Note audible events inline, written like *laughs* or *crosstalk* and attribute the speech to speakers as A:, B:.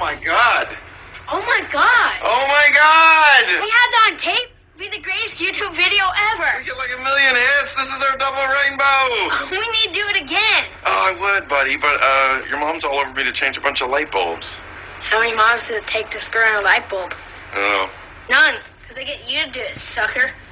A: my god.
B: Oh my god!
A: Oh my god.
B: We had that on tape. Be the greatest YouTube video
A: We
B: ever. *laughs*
A: get like a million hits. This is our double rainbow.
B: We need to do it again.
A: Oh, I would, buddy, but uh, your mom's all over me to change a bunch of light bulbs.
B: How many moms does it take to screw in a light bulb?
A: I don't know.
B: None, because they get you to do it, sucker. *laughs*